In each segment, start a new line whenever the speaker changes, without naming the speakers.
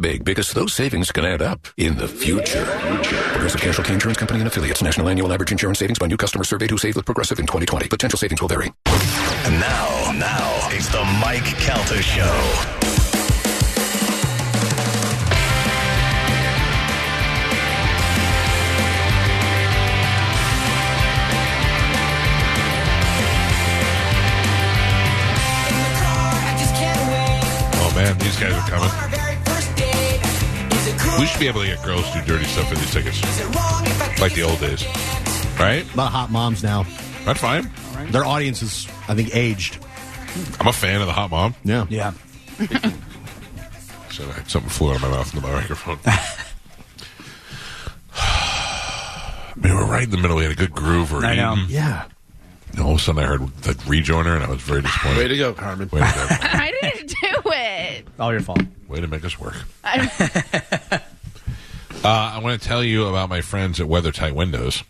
Big because those savings can add up in the future. Progressive Casualty Insurance Company and affiliates. National annual average insurance savings by new customer surveyed who saved with Progressive in 2020. Potential savings will vary.
And now, now it's the Mike Calta Show.
Oh man, these guys are coming. We should be able to get girls to do dirty stuff for these tickets, like the old days, right?
A lot of hot moms now.
That's fine.
Their audience is, I think, aged.
I'm a fan of the hot mom.
Yeah.
Yeah.
So I had something flew out of my mouth into my microphone. we were right in the middle. We had a good groove. Or
I know.
Yeah.
And all of a sudden, I heard the rejoiner, and I was very disappointed.
Way to go, Carmen.
Way to, go.
I didn't do it.
All your fault.
Way to make us work.
I'm-
Uh, I want to tell you about my friends at Weather Tight Windows.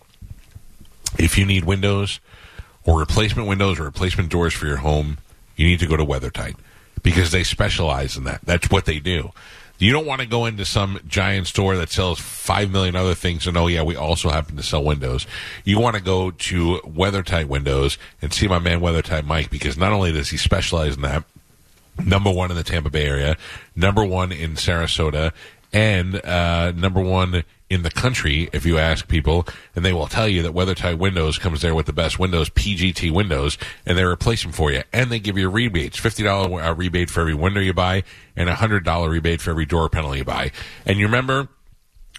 If you need windows or replacement windows or replacement doors for your home, you need to go to Weather Tight because they specialize in that. That's what they do. You don't want to go into some giant store that sells 5 million other things and, oh, yeah, we also happen to sell windows. You want to go to Weather Tight Windows and see my man Weather Tight Mike because not only does he specialize in that, number one in the Tampa Bay area, number one in Sarasota, and uh, number one in the country, if you ask people. And they will tell you that WeatherTight Windows comes there with the best windows, PGT windows, and they replace them for you. And they give you rebates $50 uh, rebate for every window you buy, and a $100 rebate for every door panel you buy. And you remember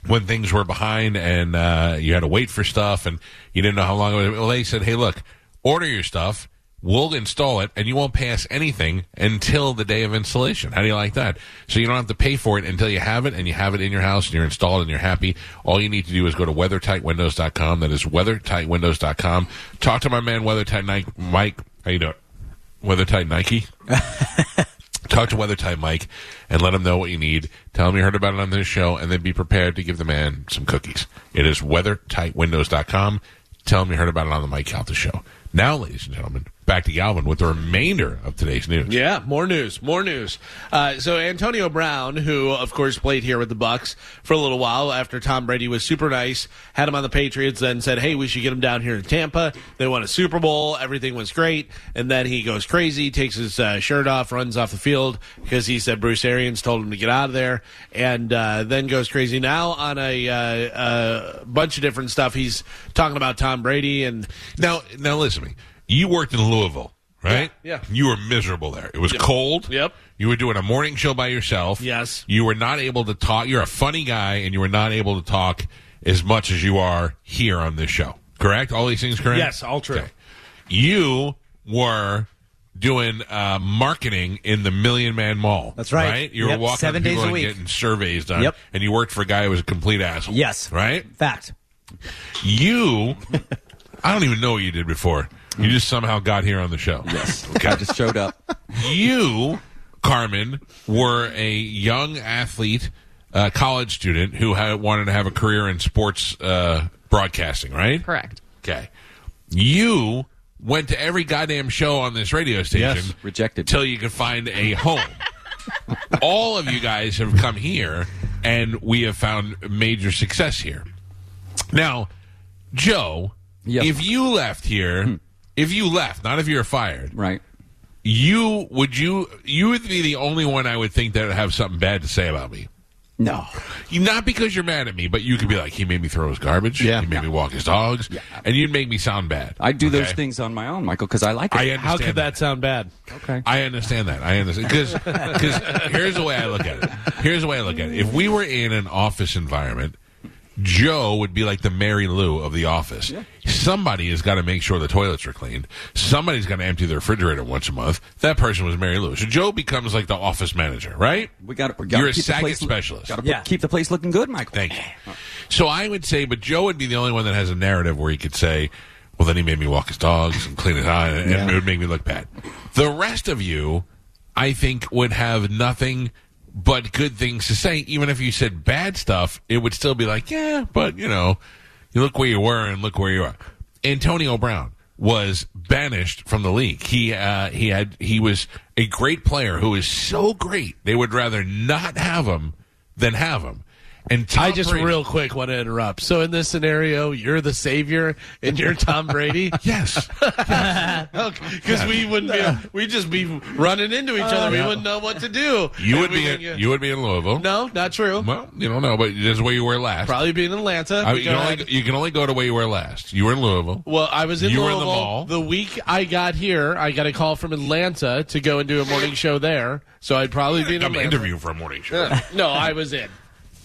when things were behind and uh, you had to wait for stuff and you didn't know how long it was. Well, they said, hey, look, order your stuff. We'll install it and you won't pass anything until the day of installation. How do you like that? So you don't have to pay for it until you have it and you have it in your house and you're installed and you're happy. All you need to do is go to weathertightwindows.com. That is weathertightwindows.com. Talk to my man, Weathertight Nike. Mike, how you doing? Weathertight Nike? talk to Weather Time Mike and let him know what you need. Tell him you heard about it on this show, and then be prepared to give the man some cookies. It is weathertightwindows.com. Tell him you heard about it on the Mike Calta show. Now, ladies and gentlemen, back to Galvin with the remainder of today's news.
Yeah, more news, more news. Uh, so Antonio Brown, who of course played here with the Bucks for a little while after Tom Brady was super nice, had him on the Patriots, then said, "Hey, we should get him down here in Tampa." They won a Super Bowl, everything was great, and then he goes crazy, takes his uh, shirt off, runs off the field because he said Bruce Arians told him to get out of there, and uh, then goes crazy. Now on a uh, uh, bunch of different stuff, he's talking about Tom Brady and
Now, now listen to me. You worked in Louisville, right?
Yeah, yeah.
You were miserable there. It was cold.
Yep.
You were doing a morning show by yourself.
Yes.
You were not able to talk. You're a funny guy, and you were not able to talk as much as you are here on this show. Correct? All these things correct?
Yes, all true.
Okay. You were doing uh, marketing in the Million Man Mall.
That's right.
Right? You were
Yep,
walking
seven
to
days
people
a
and
week.
getting surveys done.
Yep.
And you worked for a guy who was a complete asshole.
Yes.
Right?
Fact.
You, I don't even know what you did before. You just somehow got here on the show. Yes.
I just showed up.
You, Carmen, were a young athlete, uh, college student who had, wanted to have a career in sports uh, broadcasting, right?
Correct.
Okay. You went to every goddamn show on this radio station.
Yes,
rejected. Till you could find a home. All of you guys have come here, and we have found major success here. Now, Joe, if you left here, if you left, not if you were fired,
Hmm. Right.
you would you you would be the only one I would think that would have something bad to say about me.
No.
You- Not because you're mad at me, but you could be like, he made me throw his garbage.
Yeah.
He made me walk his dogs. And you'd make me sound bad.
I do those
Okay?
things on my own, Michael, because I like it.
I understand
How could that sound bad?
okay.
I understand that. I understand because here's the way I look at it. Here's the way I look at it. If we were in an office environment, Joe would be like the Mary Lou of the office. Somebody has got to make sure the toilets are cleaned. Somebody's got to empty the refrigerator once a month. That person was Mary Lou. So Joe becomes like the office manager, right?
We got to.
You're a Sackett specialist.
Got to
Yeah.
keep the place looking good, Michael.
Thank you. So I would say, but Joe would be the only one that has a narrative where he could say, well, then he made me walk his dogs and clean his eye, and it would make me look bad. The rest of you, I think, would have nothing but good things to say. Even if you said bad stuff, it would still be like, yeah, but, you know, you look where you were and look where you are. Antonio Brown was banished from the league. He uh, he had he was a great player who is so great they would rather not have him than have him. And Tom
I just
Brady-
real quick want to interrupt. So in this scenario, you're the savior and you're Tom Brady.
Yes.
Because we wouldn't be, we'd just be running into each other. we wouldn't know what to do.
Uh, You
And
would
we
be in,
wouldn't-
you would be in Louisville.
No, not true.
Well, you don't know, but this is where you were last.
Probably be in Atlanta.
I-
We
you, can
got-
only, you can only go to where you were last. You were in Louisville.
Well, I was in
You were in
Louisville
the mall.
week I got here. I got a call from Atlanta to go and do a morning show there, so I'd probably be in
I'm
Atlanta.
interview for a morning show.
No, I was in.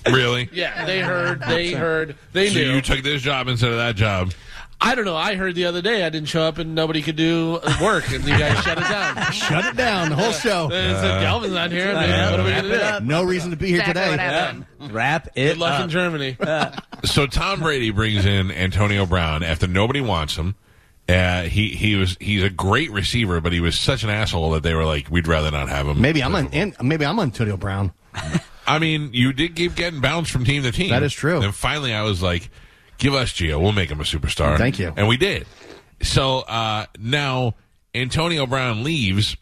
Really?
Yeah, they heard. They heard. They
So
knew.
you took this job instead of that job.
I don't know. I heard the other day I didn't show up and nobody could do work, and you guys shut it down.
Shut it down. The whole show.
They said Galvin's not here. then what are we going to do?
No reason to be here
Exactly
today.
what happened.
Wrap it
Good luck
Uh,
up.
in Germany.
So Tom Brady brings in Antonio Brown after nobody wants him. Uh, he he was he's a great receiver, but he was such an asshole that they were like, we'd rather not have him.
Maybe I'm on. And maybe I'm on Antonio Brown.
I mean, you did keep getting bounced from team to team.
That is true.
And finally, I was like, "Give us Gio. We'll make him a superstar."
Thank you.
And we did. So uh, now Antonio Brown leaves,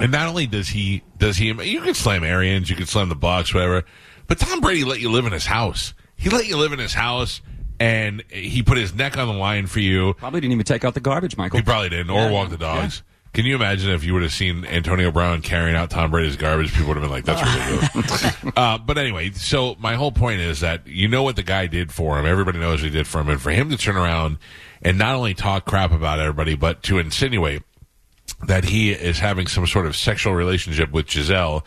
and not only does he does he you can slam Arians, you can slam the box, whatever, but Tom Brady let you live in his house. He let you live in his house, and he put his neck on the line for you.
Probably didn't even take out the garbage, Michael.
He probably didn't, or walk the dogs. Can you imagine if you would have seen Antonio Brown carrying out Tom Brady's garbage? People would have been like, "That's ridiculous." uh, but anyway, so my whole point is that you know what the guy did for him. Everybody knows what he did for him, and for him to turn around and not only talk crap about everybody, but to insinuate that he is having some sort of sexual relationship with Giselle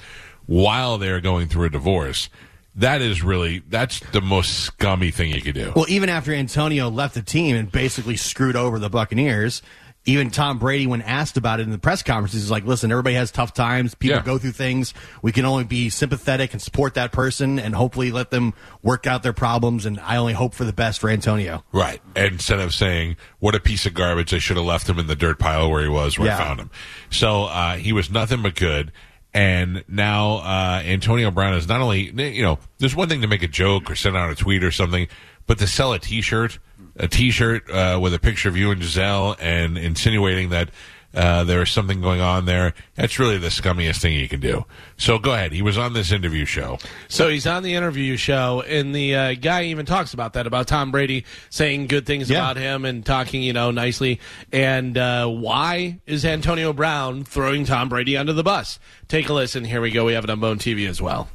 while they're going through a divorce. That is really that's the most scummy thing you could do.
Well, even after Antonio left the team and basically screwed over the Buccaneers, even Tom Brady, when asked about it in the press conferences, is like, "Listen, everybody has tough times. People
Yeah.
go through things. We can only be sympathetic and support that person, and hopefully let them work out their problems. And I only hope for the best for Antonio."
Right. Instead of saying, what a piece of garbage, I should have left him in the dirt pile where he was, where I
Yeah.
found him. So uh, he was nothing but good. And now uh, Antonio Brown is not only, you know, there's one thing to make a joke or send out a tweet or something, but to sell a t shirt, a t shirt uh, with a picture of you and Giselle and insinuating that. Uh, there is something going on there. That's really the scummiest thing you can do. So go ahead. He was on this interview show.
So he's on the interview show, and the uh, guy even talks about that about Tom Brady saying good things
Yeah.
about him and talking, you know, nicely. And uh, why is Antonio Brown throwing Tom Brady under the bus? Take a listen. Here we go. We have it on Bone TV as well.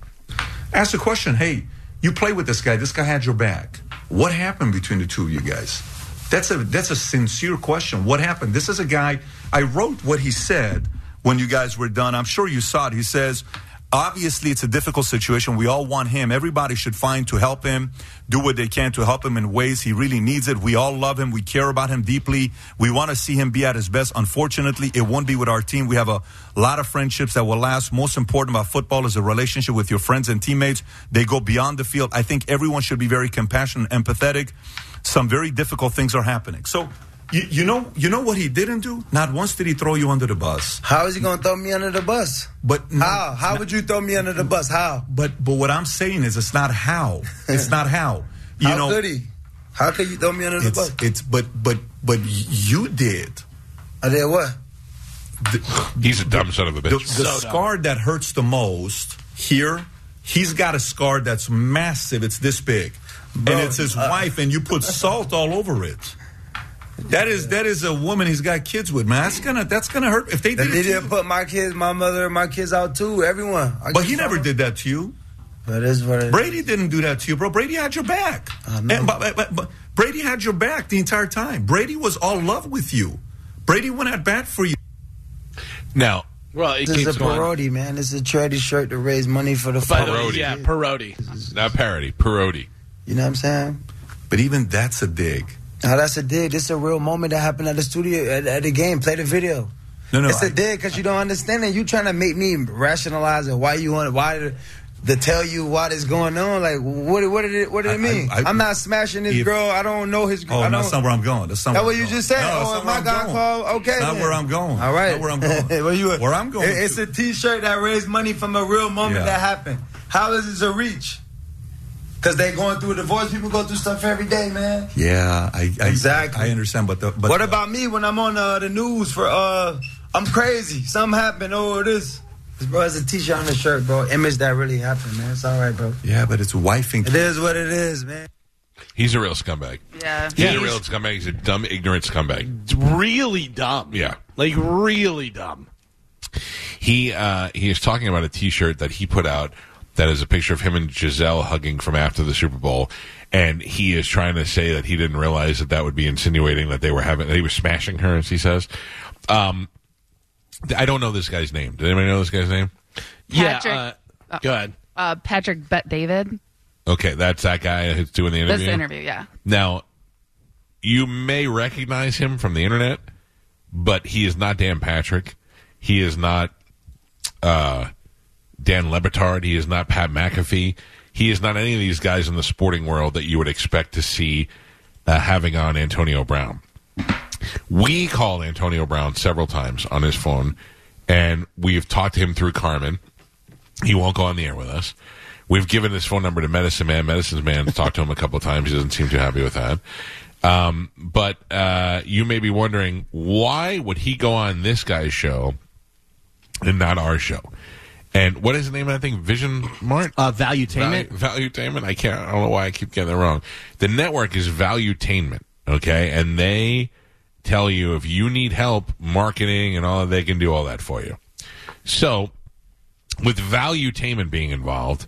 ask the question hey you play with this guy this guy had your back what happened between the two of you guys that's a that's a sincere question what happened this is a guy i wrote what he said when you guys were done i'm sure you saw it he says obviously it's a difficult situation we all want him everybody should find to help him do what they can to help him in ways he really needs it we all love him we care about him deeply we want to see him be at his best unfortunately it won't be with our team we have a lot of friendships that will last most important about football is a relationship with your friends and teammates they go beyond the field i think everyone should be very compassionate and empathetic some very difficult things are happening so you, you know you know what he didn't do not once did he throw you under the bus
How is he going to throw me under the bus?
But no-
how? How would you throw me under the bus? How?
but but what i'm saying is it's not how it's not how you
how
know
could he? How could you throw me under the
it's,
bus?
it's but but but you did
I did what?
He's a dumb son of a bitch.
the, the scar that hurts the most here he's got a scar that's massive it's this big
Bro,
and it's his
uh,
wife and you put salt all over it that is that is a woman he's got kids with man that's gonna that's gonna hurt if they
They
did it to
didn't
you.
put my kids, my mother, and my kids out too. Everyone. I
but
keep
he never
going.
did that to you
But it's what it is.
brady didn't do that to you bro brady had your back
I know.
And- but- but- but- but brady had your back the entire time brady was all love with you brady went at bat for you
now,
Well, it
This is
keeps
a
going.
parody, man. This is a charity shirt to raise money for the
By the way,
Parody.
yeah, parody.
not parody, parody.
You know what I'm saying?
but even that's a dig
Now that's a dig. This is a real moment that happened at the studio at, at the game. Play the video.
No, no,
It's a
I-
dig because you don't understand it. You trying to make me rationalize it. Why you want it? Why the, the tell you why this going on? Like what? What did it? What did
I-
it mean?
I- I-
am not smashing this
If-
girl. I don't know his. girl.
Oh,
I don't,
that's not where I'm going. That's not
That's
where
what
I'm
you
going.
just said.
No, that's
oh,
not
if
where
my
I'm
God
going.
called, okay.
That's not
then.
where I'm going.
All right.
That's not where I'm going.
where you at?
Where I'm going
It- it's a T-shirt that raised money from a real moment
Yeah.
that happened. How is this a reach? Because they going through a divorce. People go through stuff every day, man.
yeah, I, I
Exactly.
I understand, but the but
what about me when I'm on uh, the news for uh, I'm crazy, something happened, oh this. Bro, it's a t-shirt on the shirt, bro. Image that really happened, man. It's all right, bro.
yeah, but it's wife and
It is what it is, man.
He's a real scumbag.
Yeah.
He's a real scumbag. He's a dumb, ignorant scumbag.
It's really dumb.
Yeah.
Like really dumb.
He uh, he is talking about a T-shirt that he put out that is a picture of him and Giselle hugging from after the Super Bowl, and he is trying to say that he didn't realize that that would be insinuating that they were having that he was smashing her, as he says. Um, th- I don't know this guy's name. Did anybody know this guy's name?
Patrick-
Yeah. Uh, go ahead.
Uh, Patrick Bet David.
Okay, that's that guy who's doing the interview.
That's the interview. Yeah.
Now, you may recognize him from the internet, but he is not Dan Patrick. He is not uh, Dan Lebitard. He is not Pat McAfee. He is not any of these guys in the sporting world that you would expect to see uh, having on Antonio Brown. We called Antonio Brown several times on his phone, and we've talked to him through Carmen. He won't go on the air with us. We've given his phone number to Medicine Man. Medicine Man's talked to him a couple of times. He doesn't seem too happy with that. Um, but uh, you may be wondering why would he go on this guy's show and not our show? And what is the name of that thing? Vision Mart?
Uh, Valuetainment.
Valu- Valuetainment. I can't. I don't know why I keep getting that wrong. The network is Valuetainment. Okay, and they tell you if you need help marketing and all that, they can do all that for you. So, with Valuetainment being involved,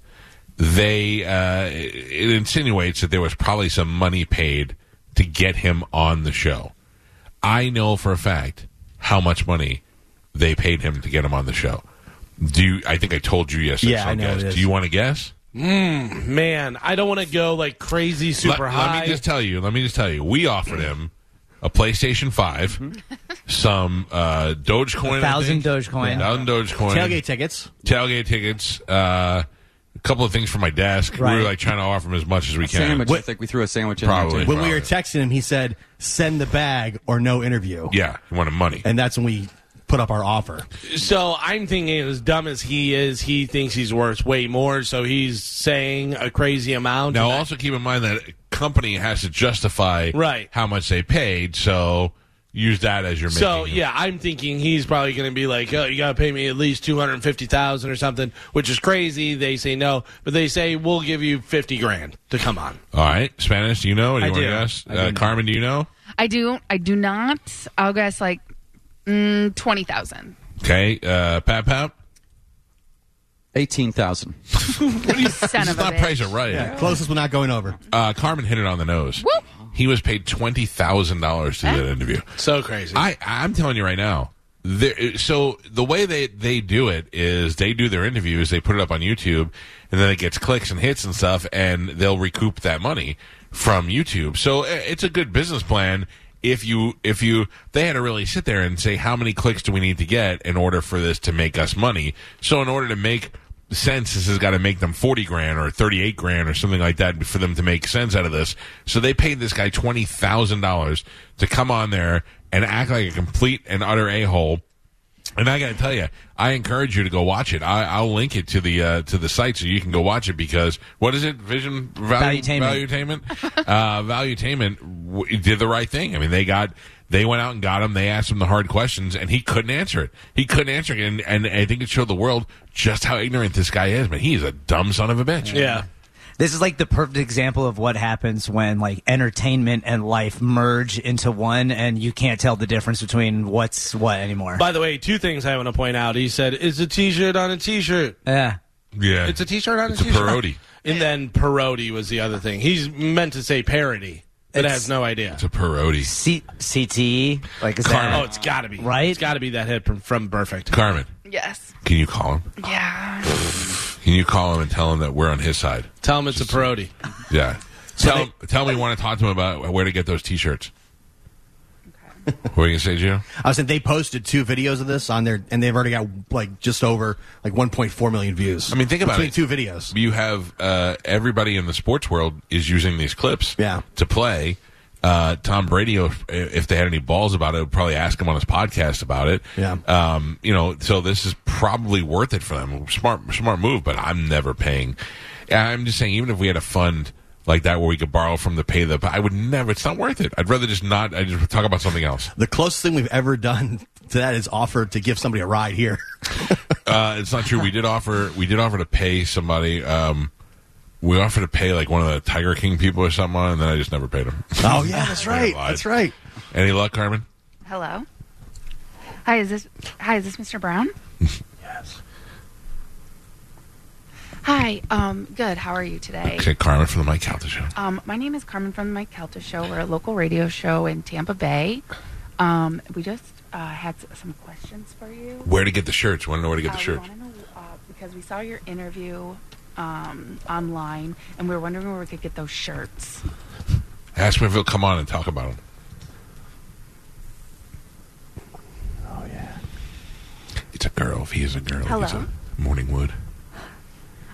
they uh, it insinuates that there was probably some money paid to get him on the show. I know for a fact how much money they paid him to get him on the show. Do you, I think I told you yesterday?
Yeah, I know it is.
Do you want to guess?
Mm, man, I don't want to go like crazy super
let,
high.
Let me just tell you. Let me just tell you. We offered him a PlayStation 5 some uh, Dogecoin,
Mm-hmm. A thousand
I think.
Dogecoin.
A thousand Dogecoin,
Tailgate tickets.
tailgate tickets, uh, a couple of things for my desk. We
Right.
were like trying to offer him as much as we can.
Sandwich. I think we threw a sandwich in
Probably.
there.
When we were texting him, he said, "Send the bag or no interview."
Yeah, he wanted money,
and that's when we put up our offer.
so I'm thinking, as dumb as he is, he thinks he's worth way more. So he's saying a crazy amount.
Now,
And I-
also keep in mind that a company has to justify
Right.
how much they paid, so use that as your
So
making.
yeah, I'm thinking he's probably going to be like, "Oh, you got to pay me at least two hundred fifty thousand or something," which is crazy. They say no, but they say we'll give you fifty grand to come on.
All right, Spanish, do you know? Or do
I
you want
do.
to guess?
I do
Uh,
know.
Carmen, do you know?
I do. I do not. I'll guess like mm, twenty thousand.
Okay, uh, Pat Pap.
Eighteen thousand.
Son
Let's
of a
not
bitch.
price it right.
Yeah, closest we're not going over.
Uh, Carmen hit it on the nose. He was paid twenty thousand dollars to do that interview.
So crazy.
I I'm telling you right now. there- So the way they they do it is they do their interviews, they put it up on YouTube, and then it gets clicks and hits and stuff, and they'll recoup that money from YouTube. So i- it's a good business plan. If you if you they had to really sit there and say how many clicks do we need to get in order for this to make us money. So in order to make sense, this has got to make them forty grand or thirty eight grand or something like that for them to make sense out of this. So they paid this guy twenty thousand dollars to come on there and act like a complete and utter a hole. And I got to tell you, I encourage you to go watch it. I, I'll link it to the uh, to the site so you can go watch it because what is it? Vision value,
Valuetainment.
Valuetainment? uh, Valuetainment w- did the right thing. I mean, they got they went out and got him. They asked him the hard questions, and he couldn't answer it. He couldn't answer it, and, and I think it showed the world just how ignorant this guy is. But he is a dumb son of a bitch.
yeah.
This is like the perfect example of what happens when like entertainment and life merge into one, and you can't tell the difference between what's what anymore.
By the way, two things I want to point out. He said, "It's a T-shirt on a T-shirt.
yeah,
yeah.
It's a T-shirt on
It's
a
a
T-shirt."
parody.
And then parody was the other thing. He's meant to say parody, but
It's-
has no idea.
It's a parody.
C-
E?
CTE like is
Oh,
that
it's got to be
Right?
It's got to be that hit from from Perfect.
Carmen,
Yes.
can you call him?
Yeah.
Can you call him and tell him that we're on his side?
Tell him it's a parody.
Yeah. tell, tell me you want to talk to him about where to get those T-shirts. What were you going to say, Joe?
I was saying they posted two videos of this on there, and they've already got like just over like 1.4 million views.
I mean, think about
Between
it.
Two videos.
You have uh, everybody in the sports world is using these clips. Yeah. To play. Uh, Tom Brady, if, if they had any balls about it, would probably ask him on his podcast about it.
Yeah.
Um, you know, so this is probably worth it for them. Smart, smart move. But I'm never paying. And I'm just saying, even if we had a fund like that where we could borrow from the pay the, I would never. It's not worth it. I'd rather just not. I just talk about something else.
The closest thing we've ever done to that is offered to give somebody a ride here.
Uh, it's not true. We did offer we did offer to pay somebody. Um, we offered to pay like one of the Tiger King people or someone, and then I just never paid him.
Oh yeah, that's
right.
That's right.
Any luck, Carmen?
Hello. Hi, is this Hi, is this Mr. Brown? yes. Hi. Um. Good. How are you today?
Okay, Carmen from the Mike Calta show.
Um, my name is Carmen from the Mike Kelta Show. We're a local radio show in Tampa Bay. Um, we just uh, had s- some questions for you.
Where to get the shirts? Want to know where to get
Uh,
the shirts?
because we saw your interview um, online, and we were wondering where we could get those shirts.
Ask him if he'll come on and talk about them. Oh yeah. It's a girl. If he is a girl, it's
Hello.
a Morningwood.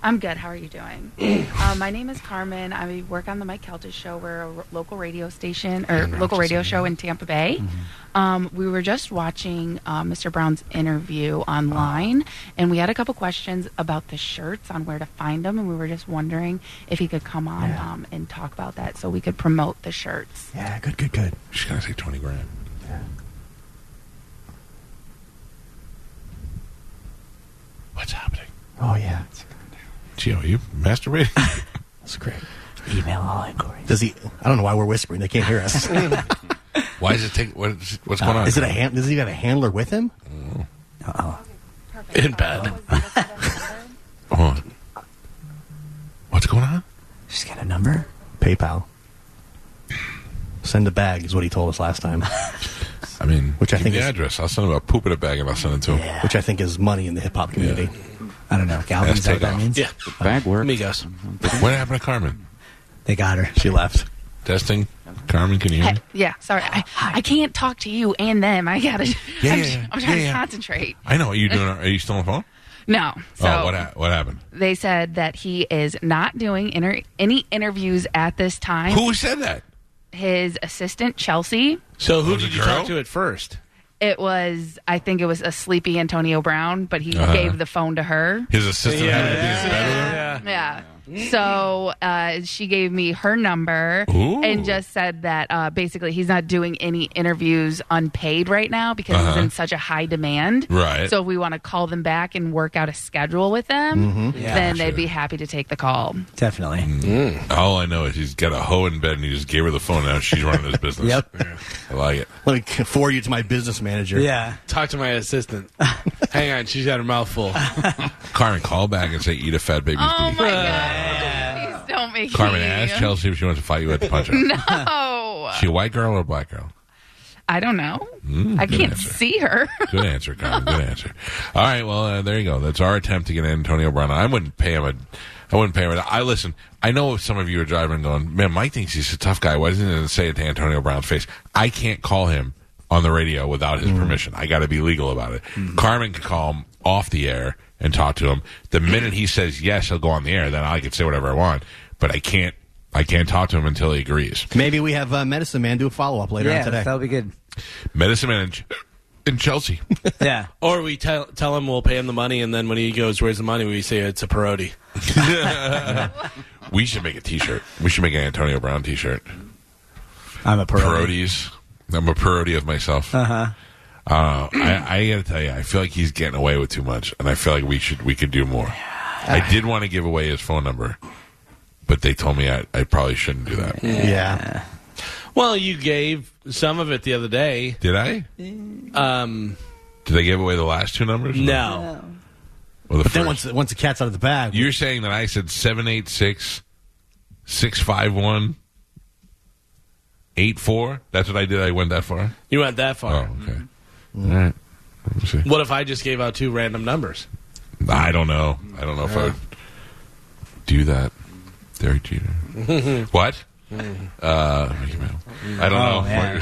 I'm good. How are you doing? uh, my name is Carmen. I work on the Mike Kelta Show. We're a r- local radio station or
Rochester,
local radio show in Tampa Bay. Um, we were just watching uh, Mr. Brown's interview online, and we had a couple questions about the shirts on where to find them, and we were just wondering if he could come on um, and talk about that so we could promote the shirts.
Yeah, good, good, good.
She's gonna say twenty grand. What's happening?
Oh yeah,
Gio, are you masturbating?
that's great.
Email all inquiries.
Does he? I don't know why we're whispering. They can't hear us.
Why does it take? What is, what's going
Uh,
on?
Is it a hand? Does he have a handler with him?
in bed? Hold on. What's going on?
She's got a number.
PayPal. Send a bag is what he told us last time.
I mean,
which I
Give
think
me the
is,
address. I'll send him a poop in a bag and I'll send it to him.
which I think is money in the hip hop community.
I don't know. Galvin,
Let's
is that
take
what that
off.
means?
Yeah.
Oh, Bag work.
Amigos.
What happened to Carmen?
They got her.
She left.
Testing. Carmen, can you hear me?
Yeah, sorry. I, I can't talk to you and them. I gotta.
Mm-hmm. Oh, Yeah,
I'm,
yeah, yeah.
I'm trying
Yeah, yeah.
to concentrate.
I know. Are you doing? Are you still on the phone?
No. So
oh, what ha- what happened?
They said that he is not doing inter- any interviews at this time.
Who said that?
His assistant, Chelsea.
So who
Was it
did you
girl?
talk to at first?
It was, I think it was a sleepy Antonio Brown, but he
Uh-huh.
gave the phone to her.
His assistant had to be in bed with him?
Yeah. So uh, she gave me her number
Ooh.
and just said that uh, basically he's not doing any interviews unpaid right now because
Uh-huh.
he's in such a high demand.
Right.
So if we want to call them back and work out a schedule with them,
Mhm. Yeah.
then they'd be happy to take the call.
Definitely.
All I know is he's got a hoe in bed and he just gave her the phone. Now she's running his business.
Yep.
I like it.
Let me c- forward you to my business manager.
Talk to my assistant. Hang on, she's got her mouth full.
Carmen, call back and say, eat a fat baby's
Oh
booty.
my god! Please don't make
Carmen,
me.
ask Chelsea if she wants to fight you at the punch out.
No,
She a white girl or a black girl?
I don't know.
Mm,
I
good
can't
answer.
see her.
Good answer, Carmen. Good answer. All right, well, uh, there you go. That's our attempt to get Antonio Brown. I wouldn't pay him a. I wouldn't pay him. A, I listen. I know some of you are driving and going, man. Mike thinks he's a tough guy. Why doesn't he say it to Antonio Brown's face? I can't call him on the radio without his permission. I got to be legal about it. Carmen could call him off the air and talk to him. The minute he says yes, he'll go on the air. Then I can say whatever I want, but I can't. I can't talk to him until he agrees.
Maybe we have uh, Medicine Man do a follow up later
Yeah,
on today.
that'll
be good.
Medicine Man in, Ch- in Chelsea.
Yeah.
Or we tell tell him we'll pay him the money, and then when he goes, "Where's the money?" We say it's a parody.
We should make a T-shirt. We should make an Antonio Brown T-shirt.
I'm a parody.
Parodies. I'm a parody of myself.
Uh-huh.
Uh, I, I gotta tell you, I feel like he's getting away with too much, and I feel like we should we could do more. I did want to give away his phone number, but they told me I, I probably shouldn't do that.
Yeah.
Well, you gave some of it the other day.
Did I?
Um,
Did they give away the last two numbers?
no.
Or the
But then
first?
once once the cat's out of the bag,
You're saying that I said 786 651 84? That's what I did. I went that far? Mm-hmm.
You went that
Oh,
far.
okay. All right. Let me see.
Oh.
What if I just gave out two random numbers?
I don't know. I don't know if I would do that. Derek Jeter. what? Uh, you know, I don't
Oh,
know
yeah.
what you're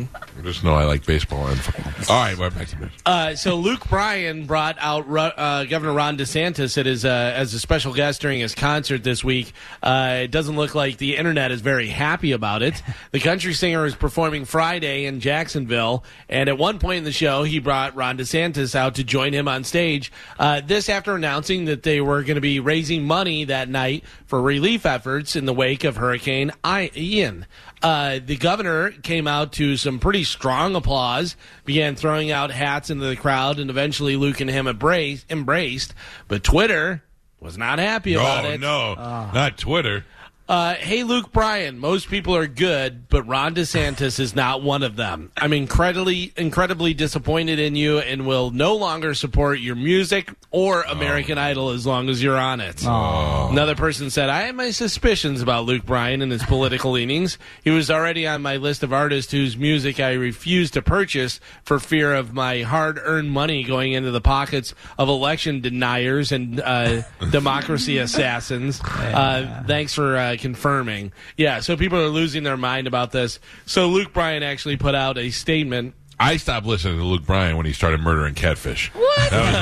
saying. I just know I like baseball and football. All right, we're back to business.
Uh, so Luke Bryan brought out Ru- uh, Governor Ron DeSantis at his, uh, as a special guest during his concert this week. Uh, it doesn't look like the internet is very happy about it. The country singer is performing Friday in Jacksonville, and at one point in the show, he brought Ron DeSantis out to join him on stage. Uh, this after announcing that they were going to be raising money that night for relief efforts in the wake of Hurricane I- Ian. Uh, the governor came out to some pretty strong applause, began throwing out hats into the crowd, and eventually Luke and him embraced. embraced but Twitter was not happy about
No,
it.
no, not Twitter.
Uh, hey, Luke Bryan, most people are good, but Ron DeSantis is not one of them. I'm incredibly, incredibly disappointed in you and will no longer support your music or American Idol as long as you're on it. Another person said, I have my suspicions about Luke Bryan and his political leanings. He was already on my list of artists whose music I refuse to purchase for fear of my hard earned money going into the pockets of election deniers and uh, democracy assassins. Uh, thanks for uh, confirming. Yeah, so people are losing their mind about this. So Luke Bryan actually put out a statement.
I stopped listening to Luke Bryan when he started murdering catfish. What? That was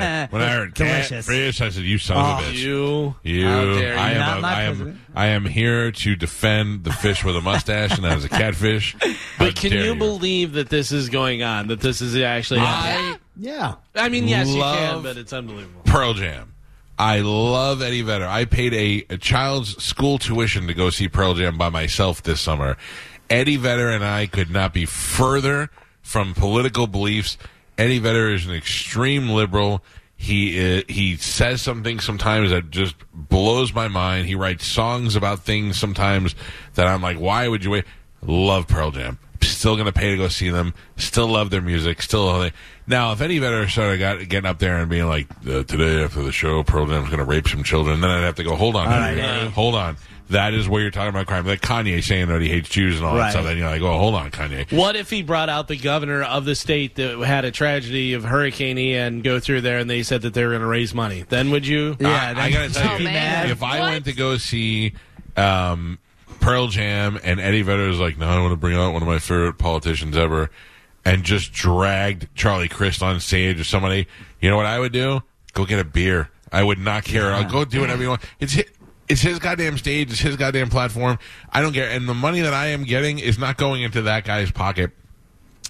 I said. When I heard
Delicious. Oh.
catfish, I said, "You son of a bitch!
You,
You,
How dare you.
I
Not
am, a,
my
I
president.
am, I am here to defend the fish with a mustache, and that is a catfish. How
But can
dare
you believe that this is going on? That this is actually happening?
Yeah.
I mean, yes, you can,
Love-
but it's unbelievable.
Pearl Jam. I love Eddie Vedder. I paid a, a child's school tuition to go see Pearl Jam by myself this summer. Eddie Vedder and I could not be further from political beliefs. Eddie Vedder is an extreme liberal. He uh, he says something sometimes that just blows my mind. He writes songs about things sometimes that I'm like, why would you wait? Love Pearl Jam. Still going to pay to go see them. Still love their music. Still love it. Now, if any better started got, getting up there and being like, uh, today after the show, Pearl Jam's going to rape some children, then I'd have to go, hold on,
All
Eddie.
right, Eddie.
hold on. That is where you're talking about crime. Like Kanye saying that he hates Jews and all
Right.
that stuff. And you're like, oh, hold on, Kanye.
What if he brought out the governor of the state that had a tragedy of Hurricane Ian go through there, and they said that they were going to raise money? Then would you?
I, I gotta tell you, if I went to go see um, Pearl Jam and Eddie Vedder was like, "No, I want to bring out one of my favorite politicians ever," and just dragged Charlie Crist on stage or somebody, you know what I would do? Go get a beer. I would not care. I'll go do whatever you want. It's hi- it's his goddamn stage. It's his goddamn platform. I don't care. And the money that I am getting is not going into that guy's pocket.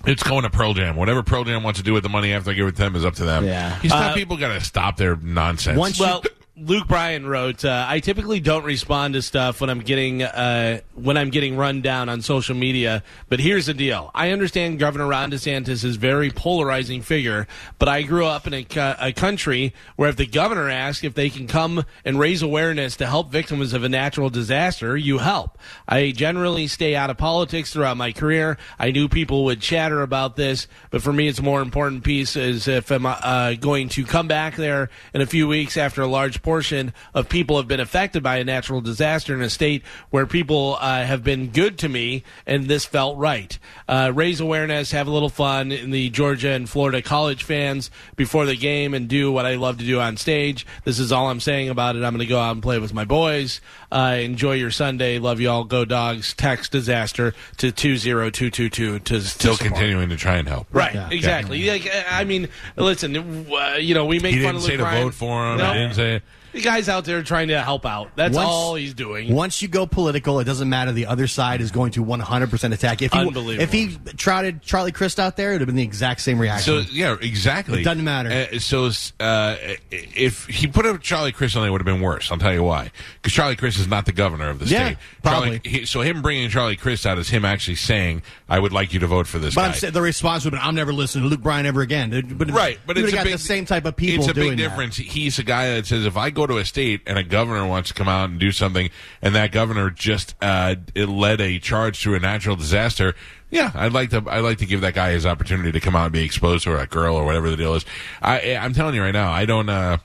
It's going to Pearl Jam. Whatever Pearl Jam wants to do with the money after I give it to them is up to them. Yeah.
Uh,
people got to stop their nonsense.
well, Luke Bryan wrote, uh, "I typically don't respond to stuff when I'm getting uh, when I'm getting run down on social media, but here's the deal: I understand Governor Ron DeSantis is a very polarizing figure, but I grew up in a, co- a country where if the governor asks if they can come and raise awareness to help victims of a natural disaster, you help. I generally stay out of politics throughout my career. I knew people would chatter about this, but for me, it's a more important piece is if I'm uh, going to come back there in a few weeks after a large portion of people have been affected by a natural disaster in a state where people uh, have been good to me, and this felt right. Uh, raise awareness, have a little fun in the Georgia and Florida college fans before the game, and do what I love to do on stage. This is all I'm saying about it. I'm going to go out and play with my boys. Uh, enjoy your Sunday. Love you all. Go dogs. Text disaster to 20222 to
still continuing to try and help.
Right, exactly. Like, uh, I mean, listen, uh, you know, we make
He
fun
didn't
of
say
Luke
to
Bryan.
vote for him.
No.
He didn't say.
The guy's out there trying to help out. That's
Once-
all he's doing.
Once you go political, it doesn't matter. The other side is going to 100% attack. If he,
Unbelievable.
If he trotted Charlie Crist out there, it would have been the exact same reaction.
So yeah, exactly.
It doesn't matter.
Uh, so uh, if he put up Charlie Crist on, it would have been worse. I'll tell you why. Because Charlie Crist is not the governor of the
Yeah,
state.
probably.
Charlie, he, so him bringing Charlie Crist out is him actually saying, "I would like you to vote for this
but
guy."
I'm saying the response would have been, I'm never listening to Luke Bryan ever again. It- But
Right, but
you
it's
would
a
have got
big-
the same type of people
it's a
doing
big
that.
difference. He's a guy that says if I go to a state and a governor wants to come out and do something, and that governor just uh, it led a charge through a natural disaster. Yeah, I'd like to. I'd like to give that guy his opportunity to come out and be exposed, or a girl, or whatever the deal is. I, I'm telling you right now, I don't. Uh,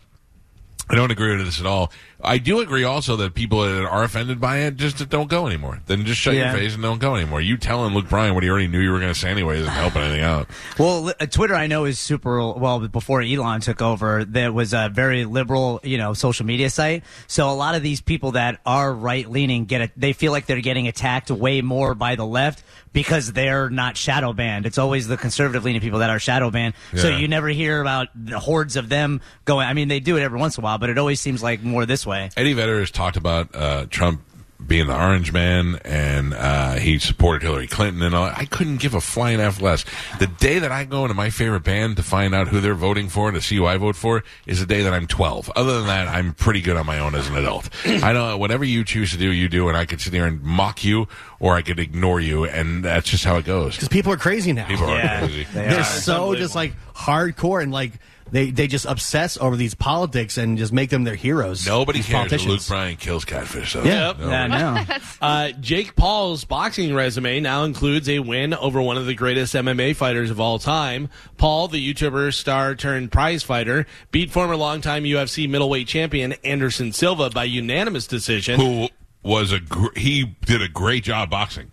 I don't agree with this at all. I do agree also that people that are offended by it just don't go anymore. Then just shut
Yeah.
your face and don't go anymore. You telling Luke Bryan what he already knew you were going to say anyway isn't helping anything out.
Well, li- uh, Twitter, I know, is super well before Elon took over. There was a very liberal, you know, social media site. So a lot of these people that are right leaning get it. They feel like they're getting attacked way more by the left because they're not shadow banned. It's always the conservative leaning people that are shadow banned. So
Yeah.
you never hear about the hordes of them going. I mean, they do it every once in a while, but it always seems like more this way.
Eddie Vedder has talked about uh, Trump being the orange man and uh, he supported Hillary Clinton and all. I couldn't give a flying F less. The day that I go into my favorite band to find out who they're voting for, to see who I vote for, is the day that I'm 12. Other than that, I'm pretty good on my own as an adult. I know whatever you choose to do, you do, and I could sit there and mock you or I could ignore you, and that's just how it goes.
Because people are crazy now.
People are Yeah, crazy. they
They
are.
are so just like hardcore and like they, they just obsess over these politics and just make them their heroes.
Nobody
these
cares if
politicians.
Luke Bryan kills catfish. Though.
Yeah.
Nobody
uh, Jake Paul's boxing resume now includes a win over one of the greatest MMA fighters of all time. Paul, the YouTuber star turned prize fighter, beat former longtime UFC middleweight champion Anderson Silva by unanimous decision.
Who was a gr- he did a great job boxing.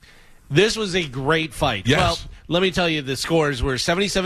This was a great fight.
Yes.
Well, let me tell you the scores were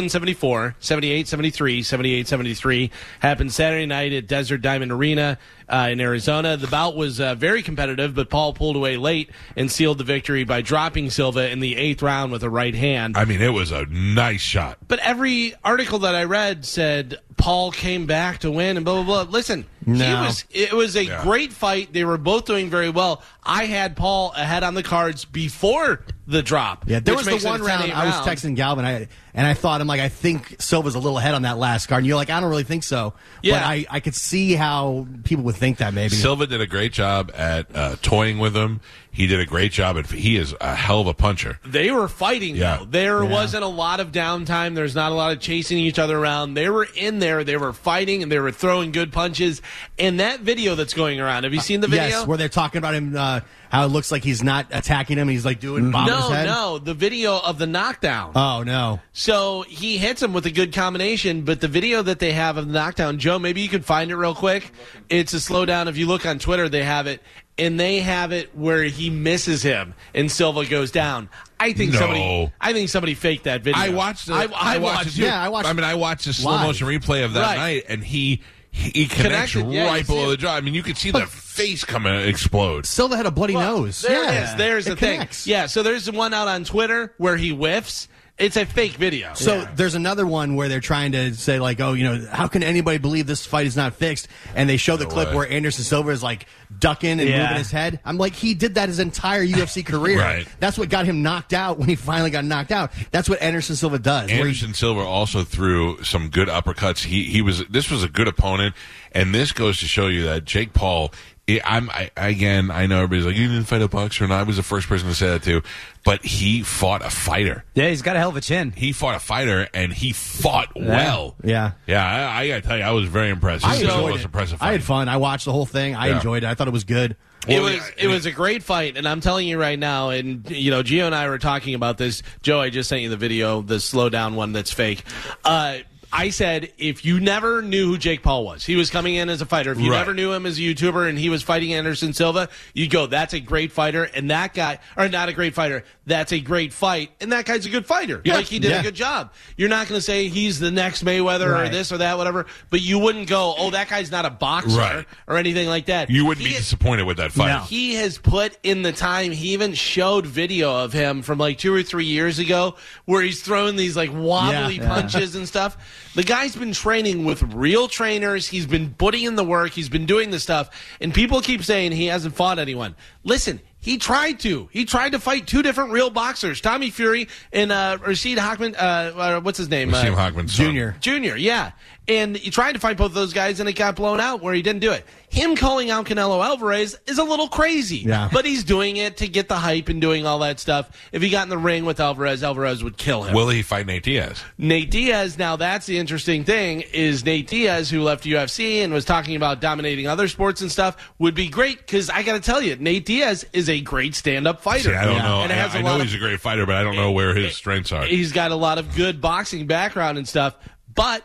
77-74, 78-73, 78-73. Happened Saturday night at Desert Diamond Arena uh, in Arizona. The bout was uh, very competitive, but Paul pulled away late and sealed the victory by dropping Silva in the eighth round with a right hand.
I mean, it was a nice shot.
But every article that I read said Paul came back to win and blah blah blah. Listen, he
No.
was it was a
Yeah.
great fight. They were both doing very well. I had Paul ahead on the cards before the drop.
Yeah, there
which
was
makes
the
it
one
a 10-8
round I was
round.
texting Galvin, I, and I thought I'm like I think Silva's a little ahead on that last card. And you're like I don't really think so, but
Yeah.
I I could see how people would think that maybe.
Silva did a great job at uh, toying with him. He did a great job at. He is a hell of a puncher.
They were fighting
Yeah.
though. There
Yeah.
wasn't a lot of downtime. There's not a lot of chasing each other around. They were in there. They were fighting and they were throwing good punches. And that video that's going around. Have you seen the video?
Yes, where they're talking about him, uh, how it looks like he's not attacking him, and he's like doing bomb his
Mm-hmm. no,
head.
no, oh, the video of the knockdown.
Oh no!
So he hits him with a good combination, but the video that they have of the knockdown, Joe, maybe you can find it real quick. It's a slowdown. If you look on Twitter, they have it, and they have it where he misses him and Silva goes down. I think
No.
somebody, I think somebody faked that video.
I watched. The,
I,
I,
I
watched.
watched.
it. I mean, I watched the slow motion replay of that
Right.
night, and he he connects
Connected, yeah, you
right
see
below
it.
the jaw. I mean, you could see the face come and explode.
Silva had a bloody nose.
There
yeah.
it is. There's
It
the thing.
connects.
Yeah. So there's the one out on Twitter where he whiffs. It's a fake video.
So there's another one where they're trying to say like, oh, you know, how can anybody believe this fight is not fixed? And they show the clip
way.
where Anderson Silva is like ducking and
Yeah.
moving his head. I'm like, he did that his entire UFC career.
Right.
That's what got him knocked out when he finally got knocked out. That's what Anderson Silva does. where he-
Anderson Silva also threw some good uppercuts. He he was this was a good opponent, and this goes to show you that Jake Paul. I- I'm I, again. I know everybody's like you didn't fight a boxer, and I was the first person to say that too. But he fought a fighter.
Yeah, he's got a hell of a chin.
He fought a fighter, and he fought well.
yeah.
Yeah, I, I gotta tell you, I was very impressed. This
I
was the
enjoyed
most
it.
impressive
I
fight.
had fun. I watched the whole thing. I
Yeah.
enjoyed it. I thought it was good.
Oh,
It was it was a great fight, and I'm telling you right now. And you know, Gio and I were talking about this. Joe, I just sent you the video, the slowdown one that's fake. Uh, I said if you never knew who Jake Paul was, he was coming in as a fighter. If you
Right.
never knew him as a YouTuber and he was fighting Anderson Silva, you'd go, "That's a great fighter," and that guy, or not a great fighter, that's a great fight, and that guy's a good fighter.
Yeah.
Like he did
Yeah.
a good job. You're not going to say he's the next Mayweather or
Right.
this or that, whatever. But you wouldn't go, "Oh, that guy's not a boxer
Right.
or anything like that."
You wouldn't be disappointed with that fight.
He has put in the time. He even showed video of him from like two or three years ago where he's throwing these like wobbly
Yeah, yeah.
punches and stuff. The guy's been training with real trainers. He's been putting in the work. He's been doing the stuff. And people keep saying he hasn't fought anyone. Listen, he tried to. He tried to fight two different real boxers, Tommy Fury and uh, Rashid Hockman. Uh, uh, what's his name? uh,
Rasheed Hockman's son. Junior.
Junior, yeah. And he tried to fight both of those guys, and it got blown out where he didn't do it. Him calling out Canelo Alvarez is a little crazy.
Yeah.
But he's doing it to get the hype and doing all that stuff. If he got in the ring with Alvarez, Alvarez would kill him.
Will he fight Nate Diaz?
Nate Diaz, now that's the interesting thing, is Nate Diaz, who left UFC and was talking about dominating other sports and stuff, would be great because I got to tell you, Nate Diaz is a great stand up fighter.
See, I don't know.
And
I,
has a
I
lot
know
of
he's a great fighter, but I don't know where his strengths are.
He's got a lot of good boxing background and stuff. But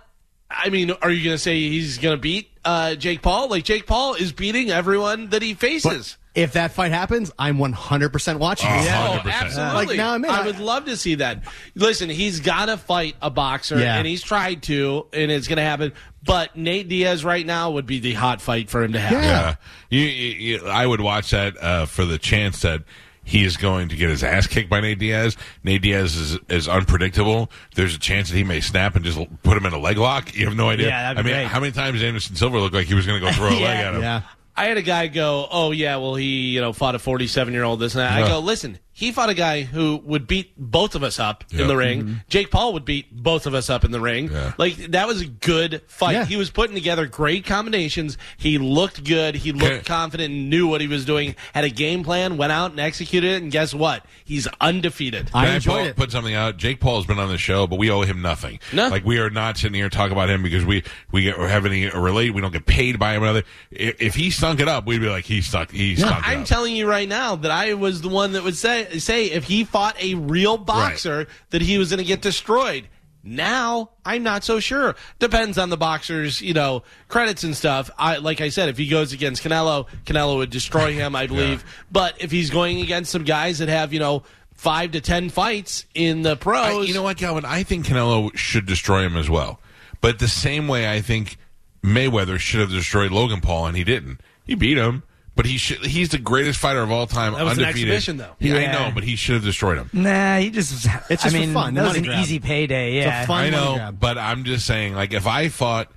I mean, are you going to say he's going to beat uh, Jake Paul. Like Jake Paul is beating everyone that he faces.
If that fight happens, I'm 100% watching. it.
Oh, absolutely.
Like, now, man,
I would love to see that. Listen, he's got to fight a boxer,
Yeah.
and he's tried to, and it's going to happen. But Nate Diaz right now would be the hot fight for him to have.
Yeah. You, you, you- I would watch that uh, for the chance that he is going to get his ass kicked by Nate Diaz. Nate Diaz is, is unpredictable. There's a chance that he may snap and just l- put him in a leg lock. You have no idea.
Yeah, that'd be
I mean,
great.
how many times did Anderson Silver looked like he was going to go throw a leg at him?
I had a guy go, "Oh yeah, well he you know fought a 47 year old this and that." I
Yeah.
go, "Listen, he fought a guy who would beat both of us up
Yeah.
in the ring.
Mhm.
Jake Paul would beat both of us up in the ring. Like that was a good fight. He was putting together great combinations. He looked good. He looked confident. and Knew what he was doing. Had a game plan. Went out and executed it. And guess what? He's undefeated.
Can I put, put something out? Jake Paul has been on the show, but we owe him nothing.
No.
Like we are not sitting here talking about him because we we get, we have any relate. We don't get paid by him. or Another. If, if he stunk it up, we'd be like he stunk. He
No,
stunk it
I'm
up.
telling you right now that I was the one that would say say if he fought a real boxer that he was going to get destroyed. Now I'm not so sure. Depends on the boxer's you know credits and stuff. I like I said, if he goes against Canelo, Canelo would destroy him, I believe. But if he's going against some guys that have you know five to ten fights in the pros,
you know what, Calvin? I think Canelo should destroy him as well. But the same way I think Mayweather should have destroyed Logan Paul and he didn't. He beat him, but he should, he's the greatest fighter of all time.
That was an
undefeated.
exhibition, though.
Yeah,
Yeah.
I know, but he should have destroyed him.
Nah, he just.
It's just
I
for
mean,
fun, the
That was
money
an
grab.
easy payday.
It's a
Yeah,
I know, but I'm just saying, like if I fought,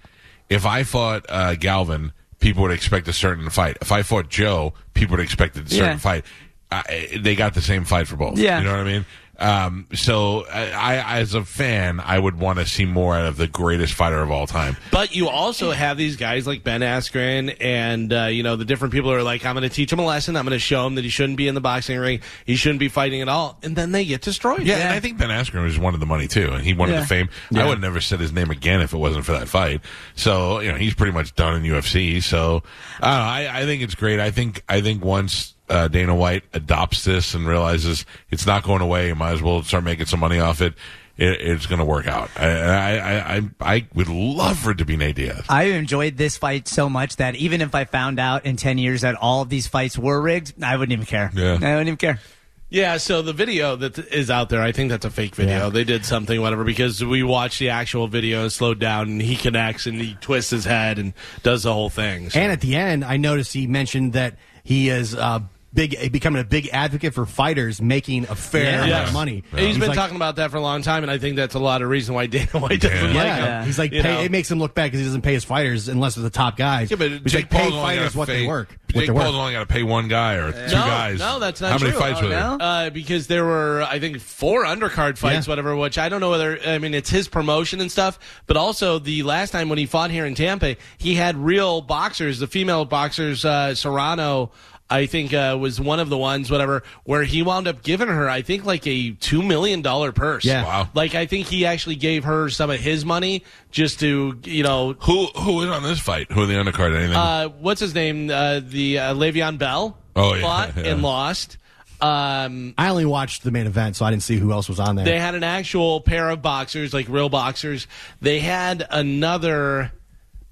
if I fought uh, Galvin, people would expect a certain fight. If I fought Joe, people would expect a certain
Yeah.
fight. I, they got the same fight for both.
Yeah.
you know what I mean. Um, so I, I, as a fan, I would want to see more out of the greatest fighter of all time.
But you also have these guys like Ben Askren and, uh, you know, the different people who are like, I'm going to teach him a lesson. I'm going to show him that he shouldn't be in the boxing ring. He shouldn't be fighting at all. And then they get destroyed.
Yeah, and I think Ben Askren was wanted the money too, and he wanted
Yeah.
the fame. I would never said his name again if it wasn't for that fight. So you know, he's pretty much done in UFC. So I, don't know, I, I think it's great. I think I think once uh, Dana White adopts this and realizes it's not going away, you might as well start making some money off it. it it's going to work out. I, I I I I would love for it to be Nate Diaz.
I enjoyed this fight so much that even if I found out in 10 years that all of these fights were rigged, I wouldn't even care.
Yeah.
I wouldn't even care.
Yeah, so the video that is out there, I think that's a fake video. They did something, whatever, because we watched the actual video slowed down and he connects and he twists his head and does the whole thing. So-
And at the end, I noticed he mentioned that he is uh, big, becoming a big advocate for fighters making a fair amount
Yes.
of money.
And He's been
like,
talking about that for a long time, and I think that's a lot of reason why Dana White doesn't like him.
um,
yeah. He's like,
You
pay,
know?
it makes him look bad because he doesn't pay his fighters unless they're the top guys.
Yeah, but
He's
Jake
like, pay
Paul's only got
fighters what they work. what
Jake
they work.
Paul's only got to pay one guy or two
no,
Oh, guys.
No, that's not
How
true.
many fights were there?
Uh, because there were, I think, four undercard fights, whatever. Which I don't know whether. I mean, it's his promotion and stuff, but also the last time when he fought here in Tampa, he had real boxers, the female boxers, uh, Serrano. I think uh, was one of the ones, whatever, where he wound up giving her, I think, like a two million dollar purse.
Yeah. Wow.
Like I think he actually gave her some of his money just to, you know,
who who was on this fight? Who in the undercard? Anything?
uh, what's his name? Uh, the uh, Le'Veon Bell.
Oh, yeah,
fought
yeah.
and lost. Um,
I only watched the main event, so I didn't see who else was on there.
they had an actual pair of boxers, like real boxers. They had another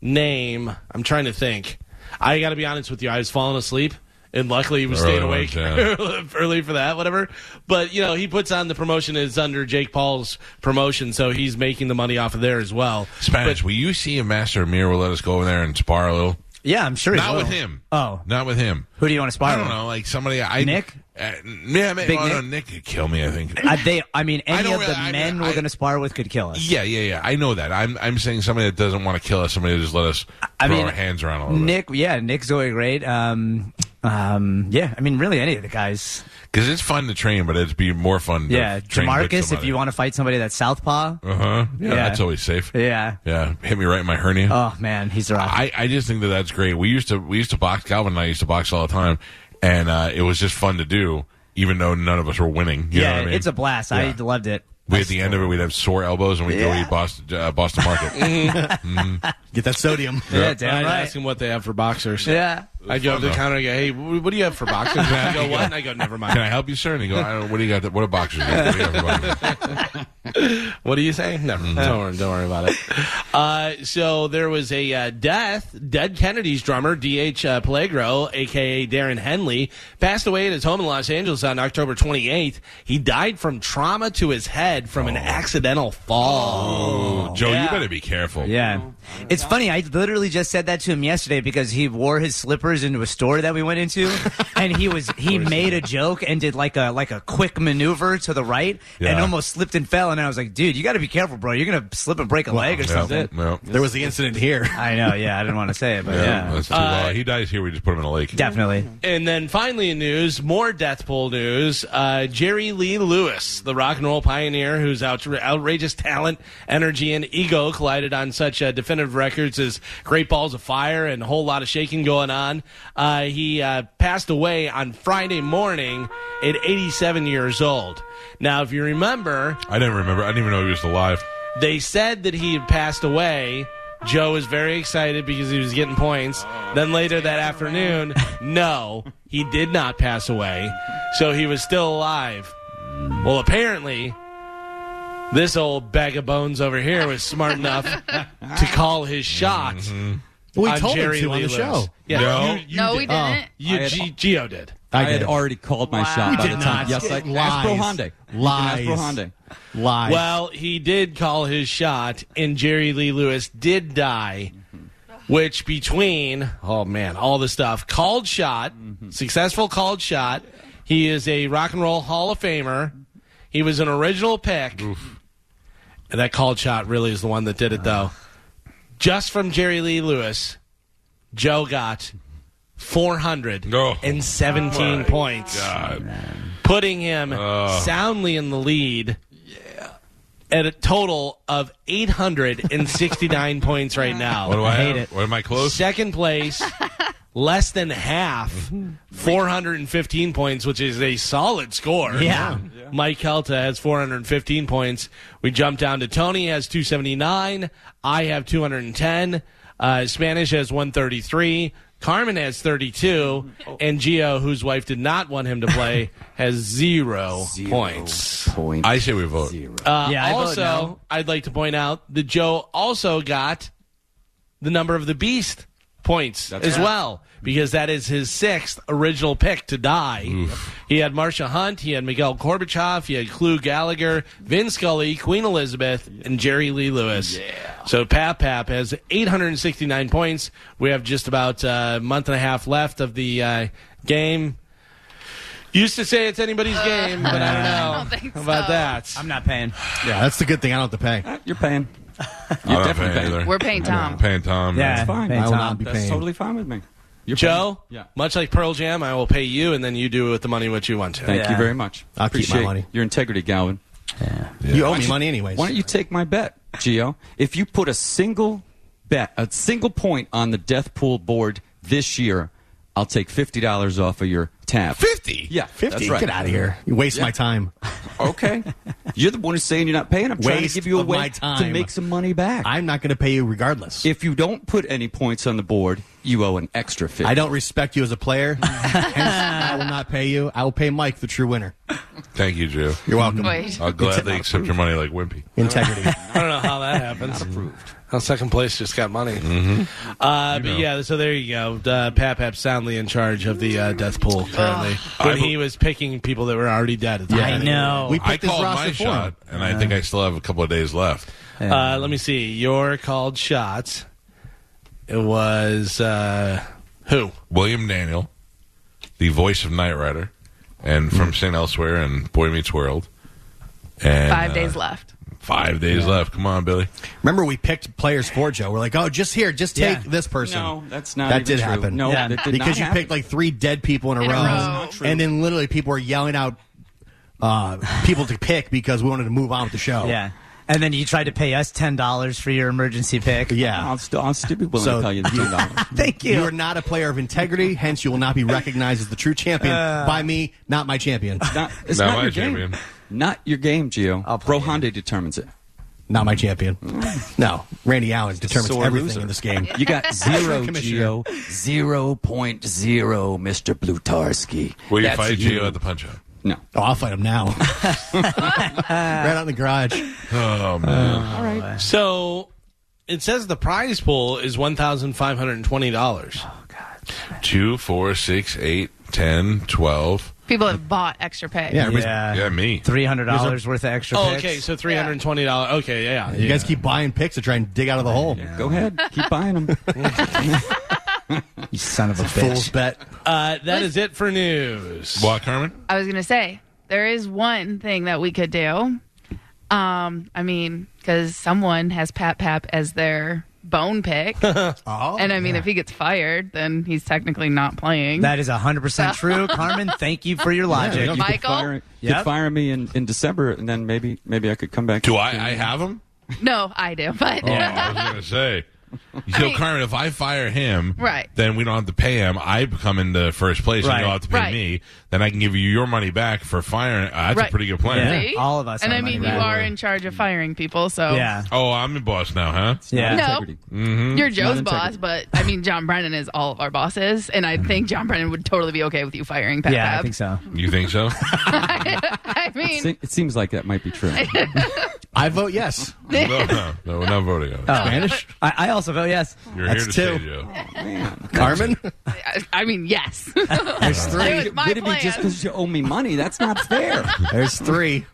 name. I'm trying to think. I got to be honest with you. I was falling asleep, and luckily we
Early
stayed
ones,
awake
yeah.
early for that. Whatever. But you know, he puts on the promotion is under Jake Paul's promotion, so he's making the money off of there as well.
Spanish, will you see if Master Amir will let us go over there and spar a little?
Yeah, I'm sure he
Not
will.
with him.
Oh.
Not with him.
Who do you want to spar?
I don't know, like somebody. I,
Nick?
Uh, yeah, man,
Big
oh, no,
Nick?
Nick could kill me. I think.
I, they, I mean,
I
any
don't
of the
really- I mean,
men we're going to spar with could kill us.
Yeah, yeah, yeah. I know that. I'm I'm saying somebody that doesn't want to kill us. Somebody that just let us
I
throw
mean,
our hands around a little bit.
Nick, yeah, Nick's always great. Um, um, yeah, I mean, really any of the guys.
Because it's fun to train, but it'd be more fun. To
Yeah,
train with
Jamarcus, if
somebody.
you want to fight somebody that's southpaw.
Uh huh. Yeah,
Yeah.
that's always safe.
Yeah.
Yeah, hit me right in my hernia.
Oh man, he's a rock.
I, I just think that that's great. We used to we used to box. Calvin and I used to box all the time, and uh, it was just fun to do, even though none of us were winning. You know
yeah,
what I mean?
it's a blast. I
Yeah.
loved it.
We at the end of it, we'd have sore elbows, and we'd
Yeah.
go eat Boston uh, Boston Market.
Mm-hmm.
Get that sodium.
I'd ask him what they have for boxers.
Yeah.
I go up to the
Fun,
counter.
though.
and go, hey, wh- what do you have for boxers? And I go, what? And I go, never mind.
Can I help you, sir? And he go, I don't, what do you got? That, what a boxer.
what do you say? No,
Mm.
don't, worry, don't worry about it. Uh, so there was a uh, death. Dead Kennedy's drummer, D.H. Uh, Pellegro, a.k.a. Darren Henley, passed away at his home in Los Angeles on October 28th. He died from trauma to his head from
Oh.
an accidental fall.
Joe,
Yeah.
you better be careful.
Yeah. It's funny. I literally just said that to him yesterday because he wore his slippers into a store that we went into, and he was he made a joke and did like a like a quick maneuver to the right and
Yeah.
almost slipped and fell. And I was like, dude, you got to be careful, bro. You're gonna slip and break a leg or something.
There was the incident here.
I know. Yeah, I didn't want to say it, but yeah.
that's too
Uh,
loud. he dies here. We just put him in a lake.
Definitely.
And then finally, in news, more death pool news. Uh, Jerry Lee Lewis, the rock and roll pioneer whose outra- outrageous talent, energy, and ego collided on such uh, definitive records as Great Balls of Fire and a whole lot of shaking going on. Uh, he uh, passed away on Friday morning at 87 years old. Now, if you remember,
I didn't remember. I didn't even know he was alive.
they said that he had passed away. Joe was very excited because he was getting points. Then later that afternoon, no, he did not pass away. So he was still alive. Well, apparently, this old bag of bones over here was smart enough to call his shots.
Mm-hmm. We
on
told him
Jerry
to on
Lee
the
Lewis.
show.
Yeah,
No.
you- you
No,
did. Oh.
we didn't.
You,
I had-
G- Geo did.
I,
I
had
did.
already called my
Wow.
shot
You
by
did
the
not.
time. Yes, I
Lies.
asked Pro Hyundai.
Lies.
You can ask Pro Hyundai.
Lies.
Well, he did call his shot, and Jerry Lee Lewis did die, which between, oh man, all the stuff, called shot, successful called shot. He is a Rock and Roll Hall of Famer. He was an original pick. And that called shot really is the one that did it, though. Just from Jerry Lee Lewis, Joe got 417
Oh My
points putting him
Uh,
soundly in the lead at a total of 869 points right now.
What do I,
hate
have?
it.
What am I close?
Second place, less than half, 415 points, which is a solid score.
Yeah.
Mike Helta has 415 points. We jump down to Tony has 279. I have 210. Uh, Spanish has 133. Carmen has 32.
Oh.
And Gio, whose wife did not want him to play, has zero, points.
I say we vote.
Uh,
Yeah, I vote
also,
no.
I'd like to point out that Joe also got the number of the beast points as well because that is his sixth original pick to die. He had Marsha Hunt, he had Miguel Gorbachev, he had Clue Gallagher, Vin Scully, Queen Elizabeth, and Jerry Lee Lewis. So Pap Pap has 869 points. We have just about uh, a month and a half left of the uh, game. Used to say it's anybody's game, but I don't know
I don't think
about
so.
that.
I'm not paying.
Yeah, that's the good thing. I don't have to pay.
You're paying.
I don't
definitely
pay
pay.
either.
We're paying
I'm
Tom.
paying Tom.
Yeah.
That's
Fine.
I will
Tom.
not be
That's
paying.
totally fine with me. You're
Joe,
paying. Yeah.
much like Pearl Jam, I will pay you, and then you do with the money what you want to.
Thank you
Yeah.
very much.
I'll keep my
Appreciate
money.
Your integrity, Gowan.
You owe me
you-
money anyways.
Why don't you take my bet, Gio? If you put a single bet, a single point on the death pool board this year, I'll take fifty dollars off of your tab.
50?
Yeah,
50?
That's right.
Get out of here. You waste my time.
Okay, you're the one who's saying you're not paying. I'm trying to
Waste
give you a
of
way
my
to
time.
make some money back.
I'm not going to pay you regardless.
if you don't put any points on the board, you owe an extra fifty.
I don't respect you as a player. Hence, I will not pay you. I will pay Mike, the true winner.
Thank you, Joe.
You're welcome.
Wait.
I'll gladly accept your money like Wimpy.
Integrity.
I don't know how that happens. How second place just got money. Uh, but yeah, so there you go. Uh, Pap Pap's soundly in charge of the uh, death pool currently. when
I
he was picking people that were already dead at the
I
time.
know.
We
I
picked this
called
roster
my
for him.
shot, and I think I still have a couple of days left.
Uh, let me see. Your called shots. It was uh, who?
William Daniel, the voice of Knight Rider, and from St. Elsewhere and Boy Meets World. And,
Five
uh,
days left.
Five days left. Come on, Billy.
Remember, we picked players for Joe. We're like, oh, just here, just take
Yeah.
this person.
No, that's not.
that
even
did
true.
happen.
No,
Yeah.
that did
because
not
you
happen.
picked like three dead people in a
In a
row,
row. Not true.
and then literally people were yelling out uh, people to pick because we wanted to move on with the show.
Yeah. And then you tried to pay us ten dollars for your emergency pick.
yeah.
I'll still, I'll still be willing
So-
to tell you the two dollars.
Thank you.
You are not a player of integrity, hence you will not be recognized as the true champion by me, not my champion,
not, it's
Not
not,
my
your
champion.
game. Not your game, Gio.
I'll play
Bro Hyundai determines it.
not my champion. No, Randy Allen determines
Mm. Sore
everything
loser.
in this game.
You got zero,
Commissioner.
Geo. Zero point zero, Mister Blutarski.
Will you
That's
fight
you.
Geo at the punch out?
No.
Oh, I'll fight him now. right out in the garage.
Oh,
All right. So it says the prize pool is one thousand five hundred and twenty dollars.
Two, four, six, eight, ten, twelve.
People have bought extra pay.
yeah, me.
Three hundred dollars worth of extra.
Oh,
picks.
okay. So three hundred and twenty dollars. Okay, yeah.
You guys keep buying picks to try and dig out of the hole.
Go ahead. Keep buying them.
you son of a
bitch.
Fool's bet.
Uh, that is it for news.
What, Carmen?
I was going to say there is one thing that we could do. Um, I mean, because someone has Pat Pap as their bone pick,
Oh,
and I mean, if he gets fired, then he's technically not playing.
That is hundred percent true, Carmen. Thank you for your logic,
you could fire, you could
Yep.
fire me in, in December, and then maybe maybe I could come back.
Do I, I have him?
no, I do, but
Oh, I was going to say. So,
mean-
Carmen, if I fire him,
Right.
then we don't have to pay him. I come in the first place, and
Right.
you'll have to pay
Right.
me. Then I can give you your money back for firing. Uh, that's
Right.
a pretty good plan.
See?
all of us
And
have
I
money
mean, you
back.
are in charge of firing people, so
Oh, I'm the boss now, huh?
Yeah.
No.
Hmm.
Mhm.
You're
Not
Joe's boss,
integrity.
but I mean, John Brennan is all of our bosses, and I think John Brennan would totally be okay with you firing Pat Pab.
so.
You think so?
I
It
mean,
se- it seems like that might be true.
I vote yes.
no, no, no, we're not voting on it.
Spanish?
I, I also vote yes.
You're
That's
here to
two.
say, Joe.
Carmen?
I, I mean, yes. There's
three.
It was my
Would it be
plan.
just because you owe me money? That's not fair.
There's three.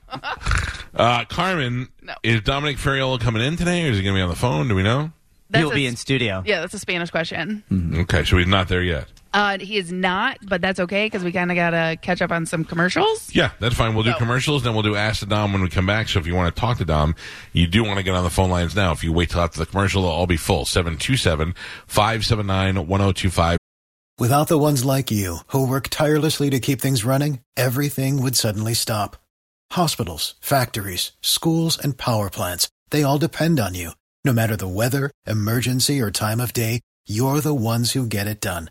Uh, Carmen, is Dominic Ferriola coming in today, or is he going to be on the phone? Do we know?
That's He'll a- be
in studio.
yeah, that's a Spanish question.
Hmm.
Okay, so he's not there yet.
Uh, he is not, but that's okay because we kind of got to catch up on some commercials.
Yeah, that's fine. We'll do
No.
commercials, then we'll do Ask the Dom when we come back. So if you want to talk to Dom, you do want to get on the phone lines now. If you wait till after the commercial, they'll all be full. 727 579 1025.
Without the ones like you, who work tirelessly to keep things running, everything would suddenly stop. Hospitals, factories, schools, and power plants, they all depend on you. No matter the weather, emergency, or time of day, you're the ones who get it done.